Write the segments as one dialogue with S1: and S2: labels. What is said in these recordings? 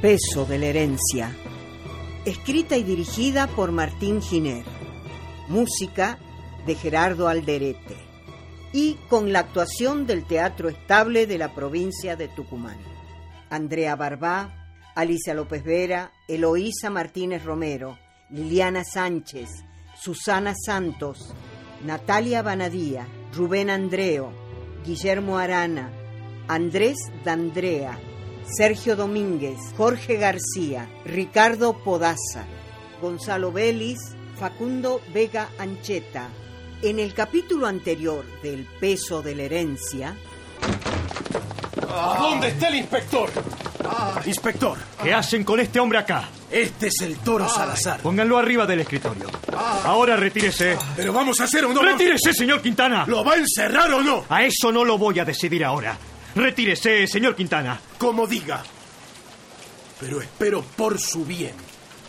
S1: peso de la herencia. Escrita y dirigida por Martín Giner. Música de Gerardo Alderete. Y con la actuación del Teatro Estable de la provincia de Tucumán. Andrea Barbá, Alicia López Vera, Eloísa Martínez Romero, Liliana Sánchez, Susana Santos, Natalia Banadía, Rubén Andreo, Guillermo Arana, Andrés D'Andrea, Sergio Domínguez, Jorge García, Ricardo Podaza, Gonzalo Vélez, Facundo Vega Ancheta. En el capítulo anterior del peso de la herencia.
S2: ¿Dónde está el inspector?
S3: Ah.
S2: Ah.
S3: Inspector, ¿qué hacen con este hombre acá?
S2: Este es el toro Salazar.
S3: Pónganlo arriba del escritorio. Ahora retírese.
S2: Pero vamos a hacer un
S3: ¡Retírese, señor Quintana!
S2: ¿Lo va a encerrar o no?
S3: A eso no lo voy a decidir ahora. Retírese, señor Quintana.
S2: Como diga. Pero espero por su bien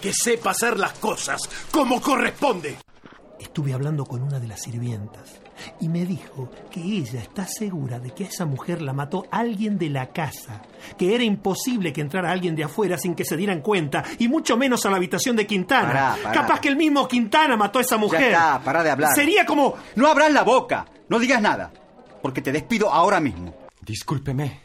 S2: que sepa hacer las cosas como corresponde.
S4: Estuve hablando con una de las sirvientas y me dijo que ella está segura de que a esa mujer la mató alguien de la casa, que era imposible que entrara alguien de afuera sin que se dieran cuenta y mucho menos a la habitación de Quintana.
S5: Pará, pará.
S4: Capaz que el mismo Quintana mató a esa mujer.
S5: está, pará de hablar.
S4: Sería como
S5: No abras la boca. No digas nada. Porque te despido ahora mismo.
S6: Discúlpeme.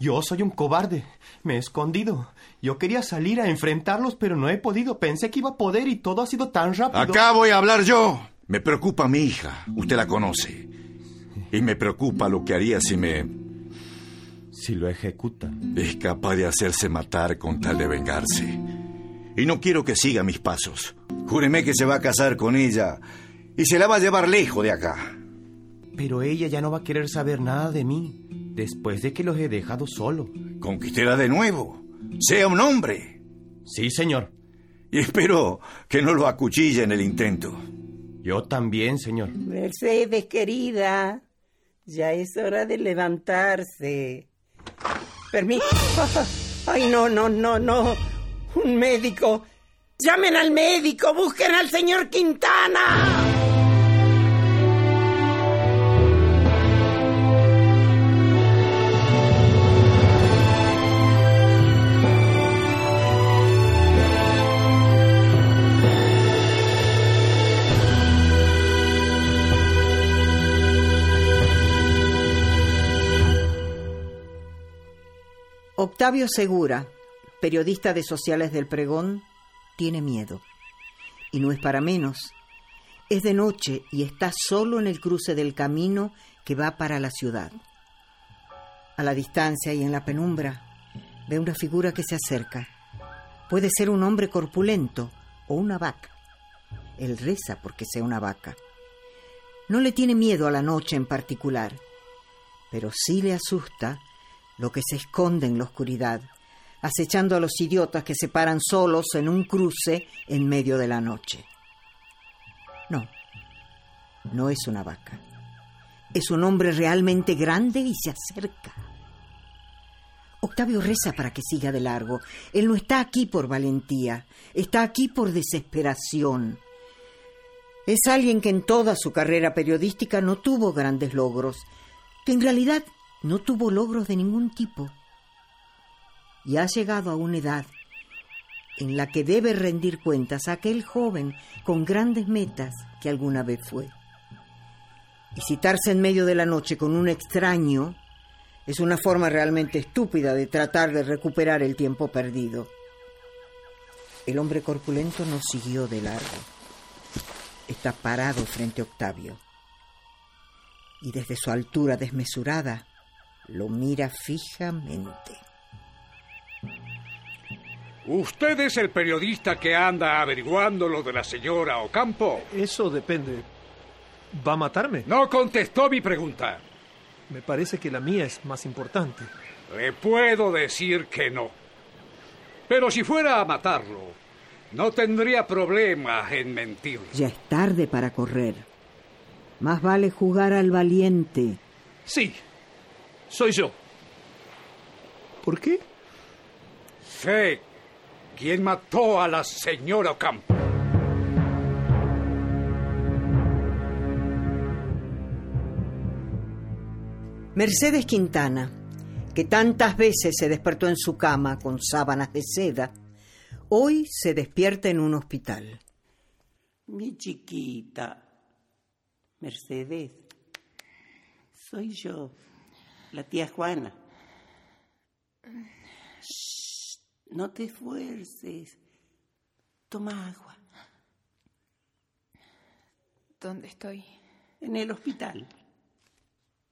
S6: Yo soy un cobarde. Me he escondido. Yo quería salir a enfrentarlos, pero no he podido. Pensé que iba a poder y todo ha sido tan rápido.
S7: Acá voy a hablar yo. Me preocupa mi hija. Usted la conoce. Y me preocupa lo que haría si me
S6: Si lo ejecuta.
S7: es capaz de hacerse matar con tal de vengarse. Y no quiero que siga mis pasos. Júreme que se va a casar con ella y se la va a llevar lejos de acá.
S6: Pero ella ya no va a querer saber nada de mí. Después de que los he dejado solo.
S7: Conquistela de nuevo. Sea un hombre.
S6: Sí, señor.
S7: Y espero que no lo acuchille en el intento.
S6: Yo también, señor.
S1: Mercedes, querida, ya es hora de levantarse. Permiso. Ay, no, no, no, no. Un médico. Llamen al médico, busquen al señor Quintana. Octavio Segura, periodista de Sociales del Pregón, tiene miedo. Y no es para menos. Es de noche y está solo en el cruce del camino que va para la ciudad. A la distancia y en la penumbra, ve una figura que se acerca. Puede ser un hombre corpulento o una vaca. Él reza porque sea una vaca. No le tiene miedo a la noche en particular, pero sí le asusta lo que se esconde en la oscuridad, acechando a los idiotas que se paran solos en un cruce en medio de la noche. No, no es una vaca. Es un hombre realmente grande y se acerca. Octavio reza para que siga de largo. Él no está aquí por valentía, está aquí por desesperación. Es alguien que en toda su carrera periodística no tuvo grandes logros, que en realidad no tuvo logros de ningún tipo. Y ha llegado a una edad en la que debe rendir cuentas a aquel joven con grandes metas que alguna vez fue. Y citarse en medio de la noche con un extraño es una forma realmente estúpida de tratar de recuperar el tiempo perdido. El hombre corpulento nos siguió de largo. Está parado frente a Octavio. Y desde su altura desmesurada lo mira fijamente.
S8: ¿Usted es el periodista que anda averiguando lo de la señora Ocampo?
S9: Eso depende. ¿Va a matarme?
S8: No contestó mi pregunta.
S9: Me parece que la mía es más importante.
S8: Le puedo decir que no. Pero si fuera a matarlo, no tendría problemas en mentir.
S1: Ya es tarde para correr. Más vale jugar al valiente.
S9: Sí, soy yo. ¿Por qué?
S8: Sé quién mató a la señora Ocampo.
S1: Mercedes Quintana, que tantas veces se despertó en su cama con sábanas de seda, hoy se despierta en un hospital.
S10: Mi chiquita, Mercedes, soy yo, la tía Juana. Shh, no te esfuerces. Toma agua.
S11: ¿Dónde estoy?
S10: En el hospital.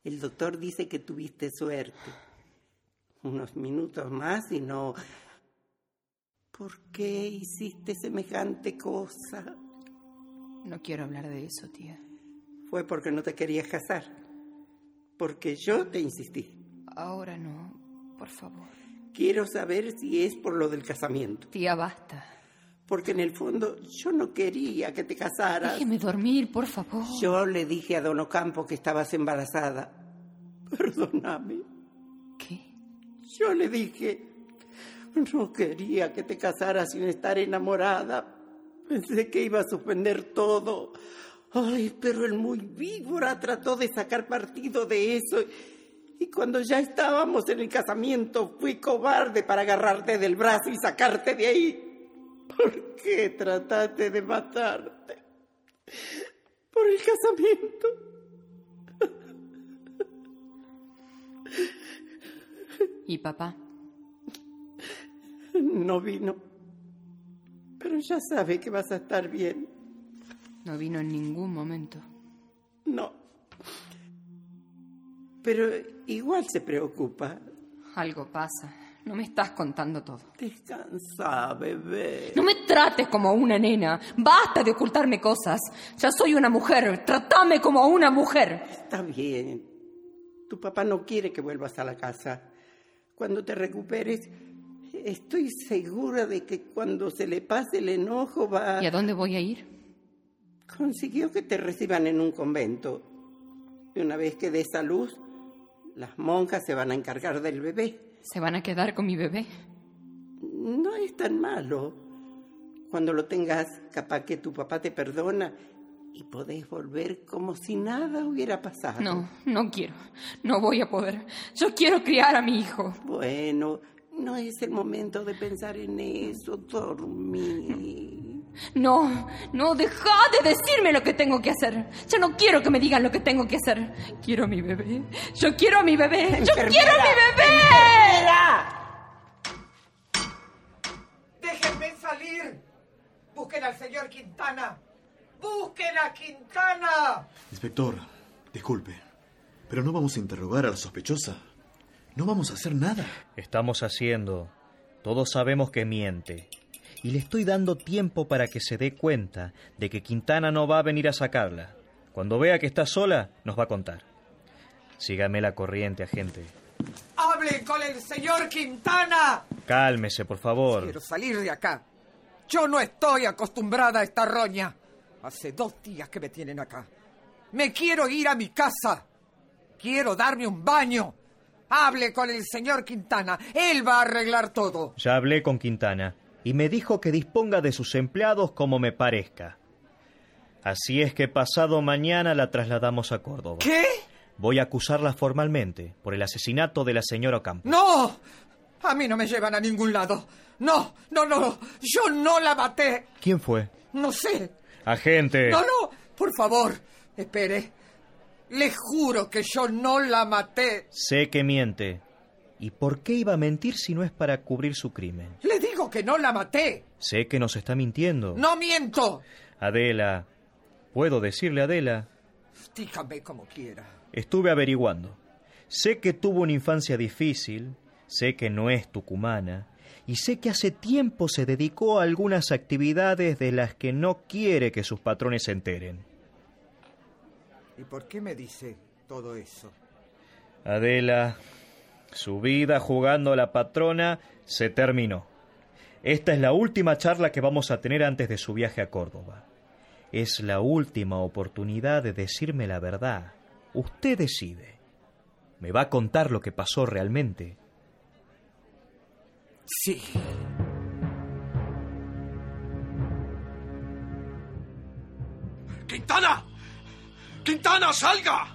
S10: El doctor dice que tuviste suerte. Unos minutos más y no... ¿Por qué hiciste semejante cosa?
S11: No quiero hablar de eso, tía.
S10: Fue porque no te querías casar. Porque yo te insistí.
S11: Ahora no, por favor.
S10: Quiero saber si es por lo del casamiento.
S11: Tía, basta.
S10: Porque en el fondo yo no quería que te casaras.
S11: Déjeme dormir, por favor.
S10: Yo le dije a Don Ocampo que estabas embarazada. Perdóname.
S11: ¿Qué?
S10: Yo le dije. No quería que te casaras sin estar enamorada. Pensé que iba a suspender todo. Ay, pero el muy víbora trató de sacar partido de eso. Y cuando ya estábamos en el casamiento, fui cobarde para agarrarte del brazo y sacarte de ahí. ¿Por qué trataste de matarte? Por el casamiento.
S11: ¿Y papá?
S10: No vino. Pero ya sabe que vas a estar bien.
S11: No vino en ningún momento.
S10: No. Pero igual se preocupa.
S11: Algo pasa. No me estás contando todo.
S10: Descansa, bebé.
S11: No me trates como una nena. Basta de ocultarme cosas. Ya soy una mujer. Trátame como una mujer.
S10: Está bien. Tu papá no quiere que vuelvas a la casa. Cuando te recuperes, estoy segura de que cuando se le pase el enojo va...
S11: ¿Y a dónde voy a ir?
S10: Consiguió que te reciban en un convento. Y una vez que des a luz, las monjas se van a encargar del bebé.
S11: ¿Se van a quedar con mi bebé?
S10: No es tan malo. Cuando lo tengas, capaz que tu papá te perdona y podés volver como si nada hubiera pasado.
S11: No, no quiero. No voy a poder. Yo quiero criar a mi hijo.
S10: Bueno, no es el momento de pensar en eso, dormir.
S11: No, no, deja de decirme lo que tengo que hacer. Yo no quiero que me digan lo que tengo que hacer. Quiero a mi bebé. Yo quiero a mi bebé. Yo
S10: Enfermera,
S11: quiero a mi bebé.
S12: ¡Déjenme salir! ¡Busquen al señor Quintana! ¡Busquen a Quintana!
S13: Inspector, disculpe, pero no vamos a interrogar a la sospechosa. No vamos a hacer nada.
S14: Estamos haciendo. Todos sabemos que miente. Y le estoy dando tiempo para que se dé cuenta de que Quintana no va a venir a sacarla. Cuando vea que está sola, nos va a contar. Sígame la corriente, agente.
S12: ¡Hablen con el señor Quintana!
S14: Cálmese, por favor.
S12: Quiero salir de acá. Yo no estoy acostumbrada a esta roña. Hace dos días que me tienen acá. Me quiero ir a mi casa. Quiero darme un baño. Hable con el señor Quintana. Él va a arreglar todo.
S14: Ya hablé con Quintana y me dijo que disponga de sus empleados como me parezca. Así es que pasado mañana la trasladamos a Córdoba.
S12: ¿Qué?
S14: Voy a acusarla formalmente por el asesinato de la señora Ocampo.
S12: ¡No! A mí no me llevan a ningún lado. No, no, no. Yo no la maté.
S14: ¿Quién fue?
S12: No sé.
S14: Agente.
S12: No, no. Por favor, espere. Le juro que yo no la maté.
S14: Sé que miente. ¿Y por qué iba a mentir si no es para cubrir su crimen?
S12: Le digo que no la maté.
S14: Sé que nos está mintiendo.
S12: No miento.
S14: Adela, puedo decirle Adela,
S12: Dígame como quiera.
S14: estuve averiguando. Sé que tuvo una infancia difícil, sé que no es tucumana, y sé que hace tiempo se dedicó a algunas actividades de las que no quiere que sus patrones se enteren.
S12: ¿Y por qué me dice todo eso?
S14: Adela, su vida jugando a la patrona se terminó. Esta es la última charla que vamos a tener antes de su viaje a Córdoba. Es la última oportunidad de decirme la verdad. Usted decide. ¿Me va a contar lo que pasó realmente?
S12: Sí.
S2: ¡Quintana! ¡Quintana, salga!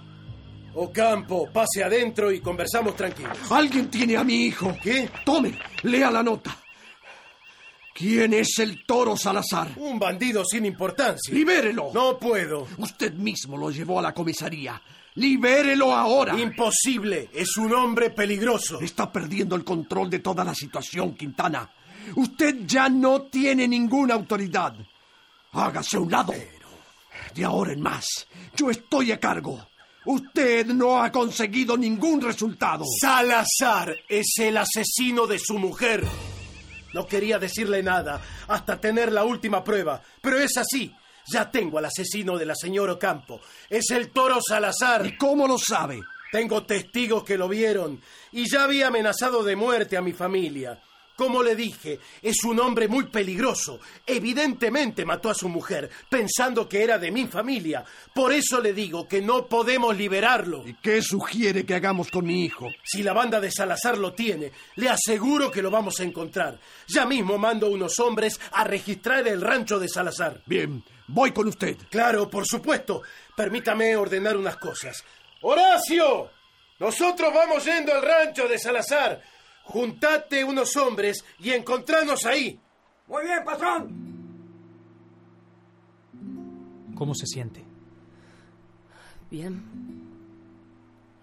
S2: Ocampo, pase adentro y conversamos tranquilos.
S15: Alguien tiene a mi hijo. ¿Qué? Tome, lea la nota. ¿Quién es el toro Salazar?
S2: Un bandido sin importancia.
S15: ¡Libérelo!
S2: No puedo.
S15: Usted mismo lo llevó a la comisaría. ¡Libérelo ahora!
S2: Imposible. Es un hombre peligroso.
S15: Está perdiendo el control de toda la situación, Quintana. Usted ya no tiene ninguna autoridad. Hágase a un lado. De ahora en más, yo estoy a cargo. Usted no ha conseguido ningún resultado.
S2: Salazar es el asesino de su mujer. No quería decirle nada hasta tener la última prueba, pero es así. Ya tengo al asesino de la señora Ocampo. Es el toro Salazar.
S15: ¿Y cómo lo sabe?
S2: Tengo testigos que lo vieron y ya había amenazado de muerte a mi familia. Como le dije, es un hombre muy peligroso. Evidentemente mató a su mujer, pensando que era de mi familia. Por eso le digo que no podemos liberarlo.
S15: ¿Y qué sugiere que hagamos con mi hijo?
S2: Si la banda de Salazar lo tiene, le aseguro que lo vamos a encontrar. Ya mismo mando unos hombres a registrar el rancho de Salazar.
S15: Bien, voy con usted.
S2: Claro, por supuesto. Permítame ordenar unas cosas. Horacio, nosotros vamos yendo al rancho de Salazar. Juntate unos hombres y encontrarnos ahí.
S12: Muy bien, patrón.
S16: ¿Cómo se siente?
S17: Bien.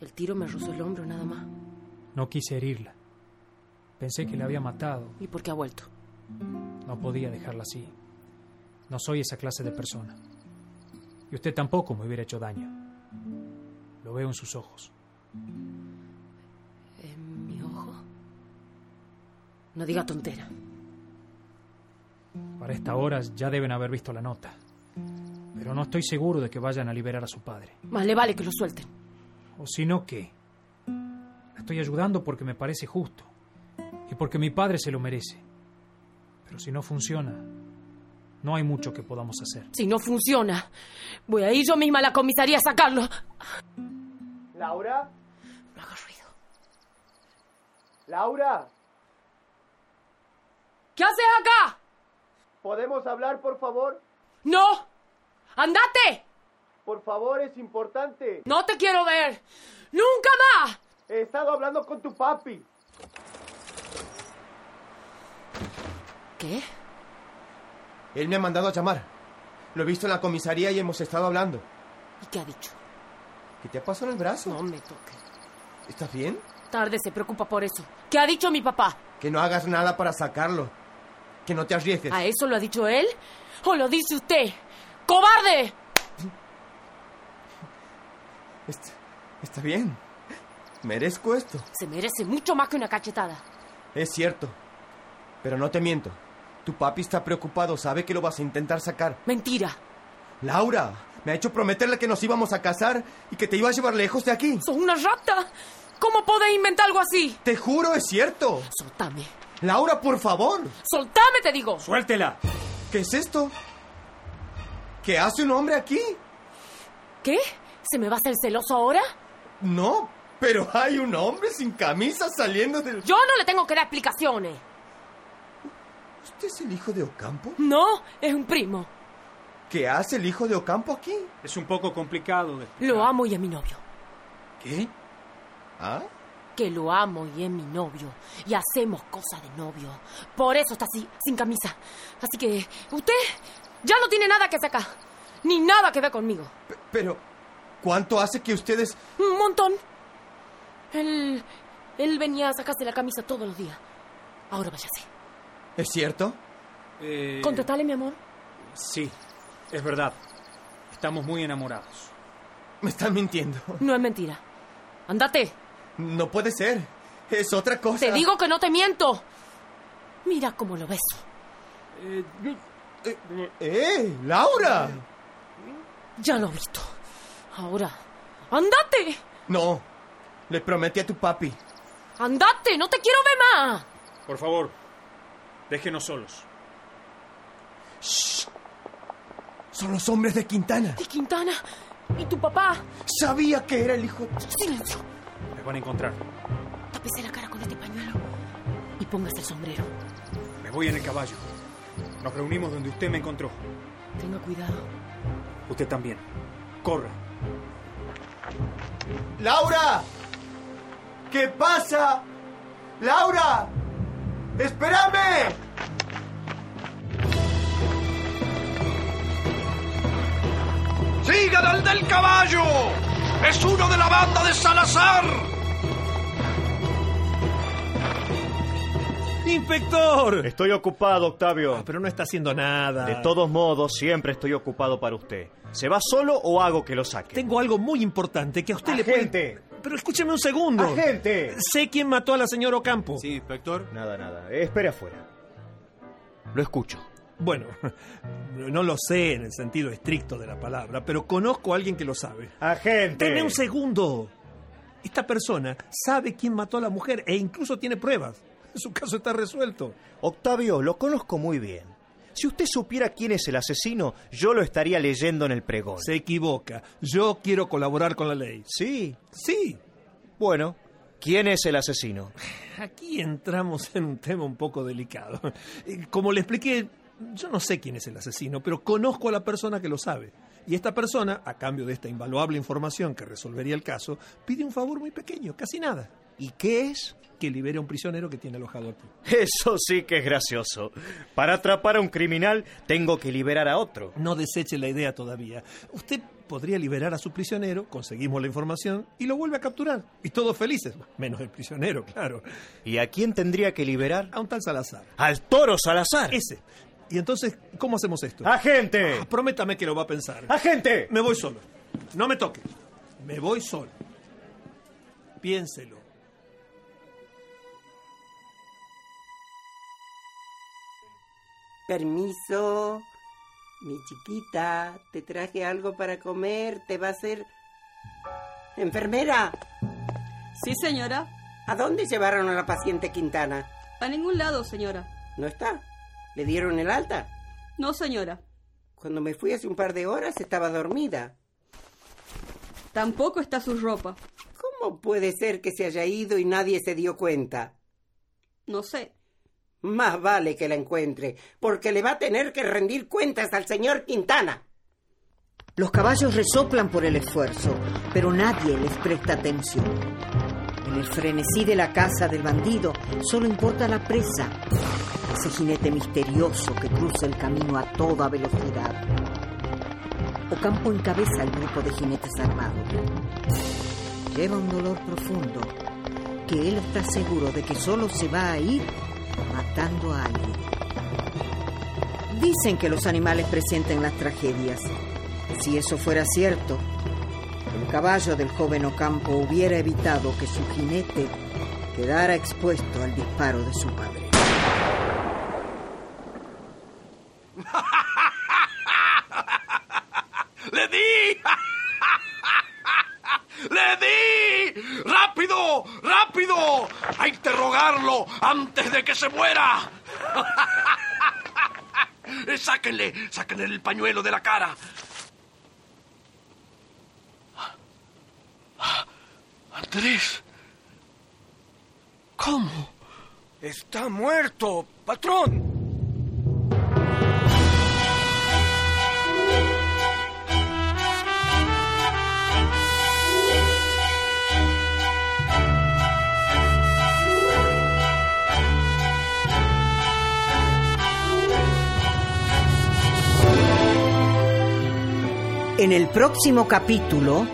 S17: El tiro me rozó el hombro nada más.
S16: No quise herirla. Pensé que la había matado.
S17: ¿Y por qué ha vuelto?
S16: No podía dejarla así. No soy esa clase de persona. Y usted tampoco me hubiera hecho daño. Lo veo en sus ojos.
S17: ¿En mi ojo? No diga tontera.
S16: Para esta hora ya deben haber visto la nota. Pero no estoy seguro de que vayan a liberar a su padre.
S17: Más le vale que lo suelten.
S16: O si no, ¿qué? La estoy ayudando porque me parece justo. Y porque mi padre se lo merece. Pero si no funciona, no hay mucho que podamos hacer.
S17: Si no funciona, voy a ir yo misma a la comisaría a sacarlo.
S12: ¿Laura?
S17: No haga ruido.
S12: ¿Laura?
S17: ¿Qué haces acá?
S12: ¿Podemos hablar, por favor?
S17: ¡No! ¡Andate!
S12: Por favor, es importante.
S17: ¡No te quiero ver! ¡Nunca más!
S12: He estado hablando con tu papi.
S17: ¿Qué?
S6: Él me ha mandado a llamar. Lo he visto en la comisaría y hemos estado hablando.
S17: ¿Y qué ha dicho?
S6: ¿Qué te ha pasado en el brazo?
S17: No me toque.
S6: ¿Estás bien?
S17: Tarde se preocupa por eso. ¿Qué ha dicho mi papá?
S6: Que no hagas nada para sacarlo. Que no te arriesgues.
S17: ¿A eso lo ha dicho él? ¿O lo dice usted? ¡Cobarde!
S6: Está, está bien. Merezco esto.
S17: Se merece mucho más que una cachetada.
S6: Es cierto. Pero no te miento. Tu papi está preocupado, sabe que lo vas a intentar sacar.
S17: Mentira.
S6: Laura, me ha hecho prometerle que nos íbamos a casar y que te iba a llevar lejos de aquí.
S17: ¡Sos una rata! ¿Cómo podés inventar algo así?
S6: Te juro, es cierto.
S17: Soltame.
S6: Laura, por favor.
S17: Soltame, te digo.
S6: Suéltela. ¿Qué es esto? ¿Qué hace un hombre aquí?
S17: ¿Qué? ¿Se me va a hacer celoso ahora?
S6: No, pero hay un hombre sin camisa saliendo del...
S17: Yo no le tengo que dar explicaciones.
S6: ¿Usted es el hijo de Ocampo?
S17: No, es un primo.
S6: ¿Qué hace el hijo de Ocampo aquí?
S16: Es un poco complicado de...
S17: Lo amo y es mi novio.
S6: ¿Qué? ¿Ah?
S17: Que lo amo y es mi novio. Y hacemos cosas de novio. Por eso está así, sin camisa. Así que usted ya no tiene nada que sacar. Ni nada que ver conmigo.
S6: P- pero, ¿cuánto hace que ustedes...
S17: Un montón. Él... Él venía a sacarse la camisa todos los días. Ahora váyase.
S6: ¿Es cierto?
S17: Eh... Contestale, mi amor.
S16: Sí, es verdad. Estamos muy enamorados.
S6: Me están mintiendo.
S17: No es mentira. Andate.
S6: No puede ser. Es otra cosa.
S17: Te digo que no te miento. Mira cómo lo beso.
S6: Eh, eh, eh Laura.
S17: Ya lo he visto. Ahora, andate.
S6: No. Le prometí a tu papi.
S17: Andate, no te quiero ver más.
S16: Por favor, déjenos solos.
S6: Shh. Son los hombres de Quintana.
S17: ¿De Quintana? ¿Y tu papá?
S6: Sabía que era el hijo.
S17: Silencio.
S16: Me van a encontrar.
S17: Tápese la cara con este pañuelo y póngase el sombrero.
S16: Me voy en el caballo. Nos reunimos donde usted me encontró.
S17: Tenga cuidado.
S16: Usted también. Corra.
S6: ¡Laura! ¿Qué pasa? ¡Laura! ¡Espérame!
S2: ¡Sigan al del caballo! ¡Es uno de la banda de Salazar!
S4: ¡Inspector!
S14: Estoy ocupado, Octavio.
S4: Ah, pero no está haciendo nada.
S14: De todos modos, siempre estoy ocupado para usted. ¿Se va solo o hago que lo saque?
S4: Tengo algo muy importante que a usted le
S14: Agente.
S4: puede... Pero escúcheme un segundo.
S14: Agente.
S4: Sé quién mató a la señora Ocampo.
S14: Sí, inspector. Nada, nada. Espere afuera. Lo escucho.
S4: Bueno, no lo sé en el sentido estricto de la palabra, pero conozco a alguien que lo sabe.
S14: Agente.
S4: Deme un segundo. Esta persona sabe quién mató a la mujer e incluso tiene pruebas. Su caso está resuelto.
S14: Octavio, lo conozco muy bien. Si usted supiera quién es el asesino, yo lo estaría leyendo en el pregón.
S4: Se equivoca. Yo quiero colaborar con la ley.
S14: Sí.
S4: Sí.
S14: Bueno, ¿quién es el asesino?
S4: Aquí entramos en un tema un poco delicado. Eh, Como le expliqué, yo no sé quién es el asesino, pero conozco a la persona que lo sabe. Y esta persona, a cambio de esta invaluable información que resolvería el caso, pide un favor muy pequeño, casi nada.
S14: ¿Y qué es?
S4: Que libere a un prisionero que tiene alojado aquí.
S14: Eso sí que es gracioso. Para atrapar a un criminal, tengo que liberar a otro.
S4: No deseche la idea todavía. Usted podría liberar a su prisionero, conseguimos la información y lo vuelve a capturar. Y todos felices, menos el prisionero, claro.
S14: ¿Y a quién tendría que liberar?
S4: A un tal Salazar.
S14: ¡Al toro Salazar!
S4: Ese. Y entonces, ¿cómo hacemos esto?
S14: ¡Agente!
S4: Ah, Prométame que lo va a pensar.
S14: ¡Agente!
S4: Me voy solo. No me toque. Me voy solo. Piénselo.
S10: Permiso. Mi chiquita, te traje algo para comer. Te va a hacer... Enfermera,
S18: Sí, señora.
S10: ¿a dónde llevaron a la paciente Quintana?
S18: A ningún lado, señora.
S10: ¿No está? ¿Le dieron el alta?
S18: No, señora.
S10: Cuando me fui hace un par de horas estaba dormida.
S18: Tampoco está su ropa.
S10: ¿Cómo puede ser que se haya ido y nadie se dio cuenta?
S18: No sé.
S10: Más vale que la encuentre, porque le va a tener que rendir cuentas al señor Quintana.
S1: Los caballos resoplan por el esfuerzo, pero nadie les presta atención. En el frenesí de la casa del bandido solo importa la presa, ese jinete misterioso que cruza el camino a toda velocidad. Ocampo encabeza el grupo de jinetes armados. Lleva un dolor profundo, que él está seguro de que solo se va a ir matando a alguien. Dicen que los animales presienten las tragedias. Si eso fuera cierto, el caballo del joven Ocampo hubiera evitado que su jinete quedara expuesto al disparo de su padre.
S2: ¡Le di! ¡Le di! ¡Rápido! ¡Rápido! ¡A interrogarlo antes de que se muera! Eh, ¡Sáquenle! ¡Sáquenle el pañuelo de la cara! Andrés. ¿Cómo?
S19: Está muerto, patrón.
S1: En el próximo capítulo,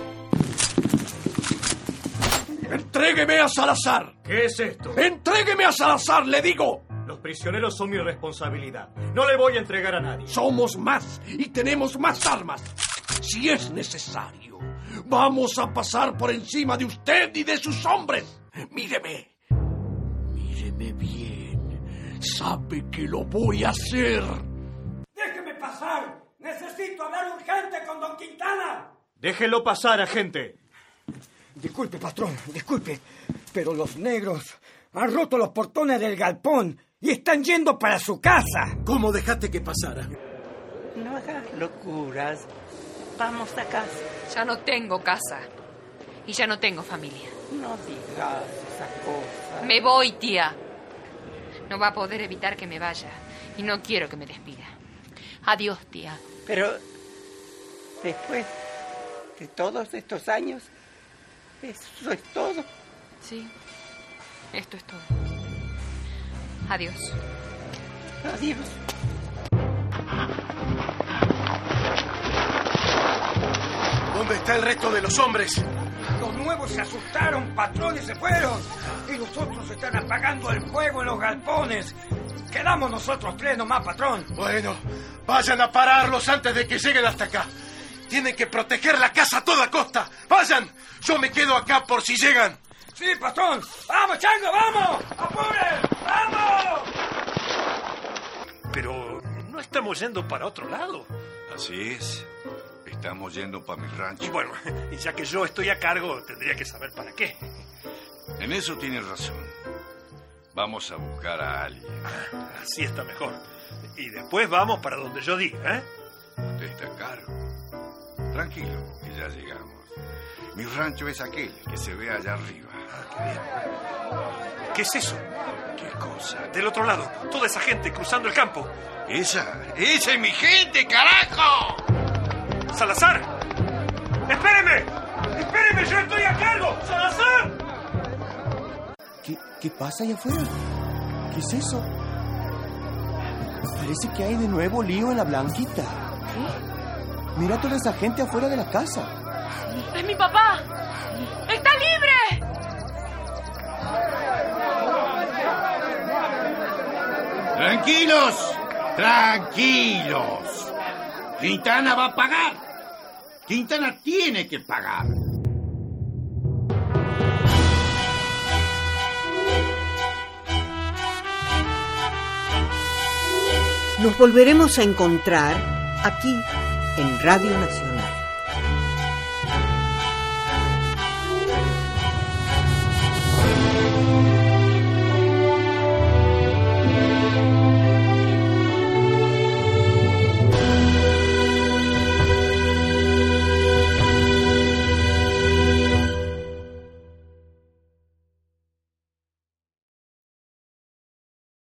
S2: ¡Entrégueme a Salazar!
S20: ¿Qué es esto?
S2: ¡Entrégueme a Salazar, le digo!
S20: Los prisioneros son mi responsabilidad. No le voy a entregar a nadie.
S2: Somos más y tenemos más armas. Si es necesario, vamos a pasar por encima de usted y de sus hombres. Míreme. Míreme bien. Sabe que lo voy a hacer.
S19: Déjeme pasar. Necesito hablar urgente con don Quintana.
S20: Déjelo pasar, agente.
S19: Disculpe, patrón, disculpe. Pero los negros han roto los portones del galpón y están yendo para su casa.
S12: ¿Cómo dejaste que pasara?
S10: No hagas locuras. Vamos a casa.
S11: Ya no tengo casa. Y ya no tengo familia.
S10: No digas esas cosas.
S11: Me voy, tía. No va a poder evitar que me vaya. Y no quiero que me despida. Adiós, tía.
S10: Pero después de todos estos años, Eso es todo.
S11: Sí, esto es todo. Adiós.
S10: Adiós.
S21: ¿Dónde está el resto de los hombres?
S2: Los nuevos se asustaron, patrones se fueron. Y los otros están apagando el fuego en los galpones. Quedamos nosotros tres nomás, patrón.
S21: Bueno, vayan a pararlos antes de que lleguen hasta acá. Tienen que proteger la casa a toda costa. ¡Vayan! Yo me quedo acá por si llegan.
S2: Sí, patrón. ¡Vamos, chango, vamos! ¡Apuren! ¡Vamos!
S4: Pero no estamos yendo para otro lado.
S7: Así es. Estamos yendo para mi
S4: Y
S7: rancho.
S4: bueno, ya que yo estoy a cargo, tendría que saber para qué.
S7: En eso tienes razón. Vamos a buscar a alguien.
S4: Ah, Así está mejor. Y después vamos para donde yo diga, ¿eh?
S7: Usted está a cargo. Tranquilo, que ya llegamos. Mi rancho es aquel que se ve allá arriba.
S4: ¿Qué es eso?
S7: ¿Qué cosa?
S4: Del otro lado, toda esa gente cruzando el campo.
S7: Esa, esa es mi gente, carajo.
S4: Salazar, espéreme, espéreme, yo estoy a cargo. Salazar.
S6: ¿Qué, qué pasa allá afuera? ¿Qué es eso? Parece que hay de nuevo lío en la blanquita. Mira toda esa gente afuera de la casa.
S17: ¡Es mi papá! ¡Está libre!
S22: Tranquilos, tranquilos. Quintana va a pagar. Quintana tiene que pagar.
S1: Nos volveremos a encontrar aquí en Radio Nacional.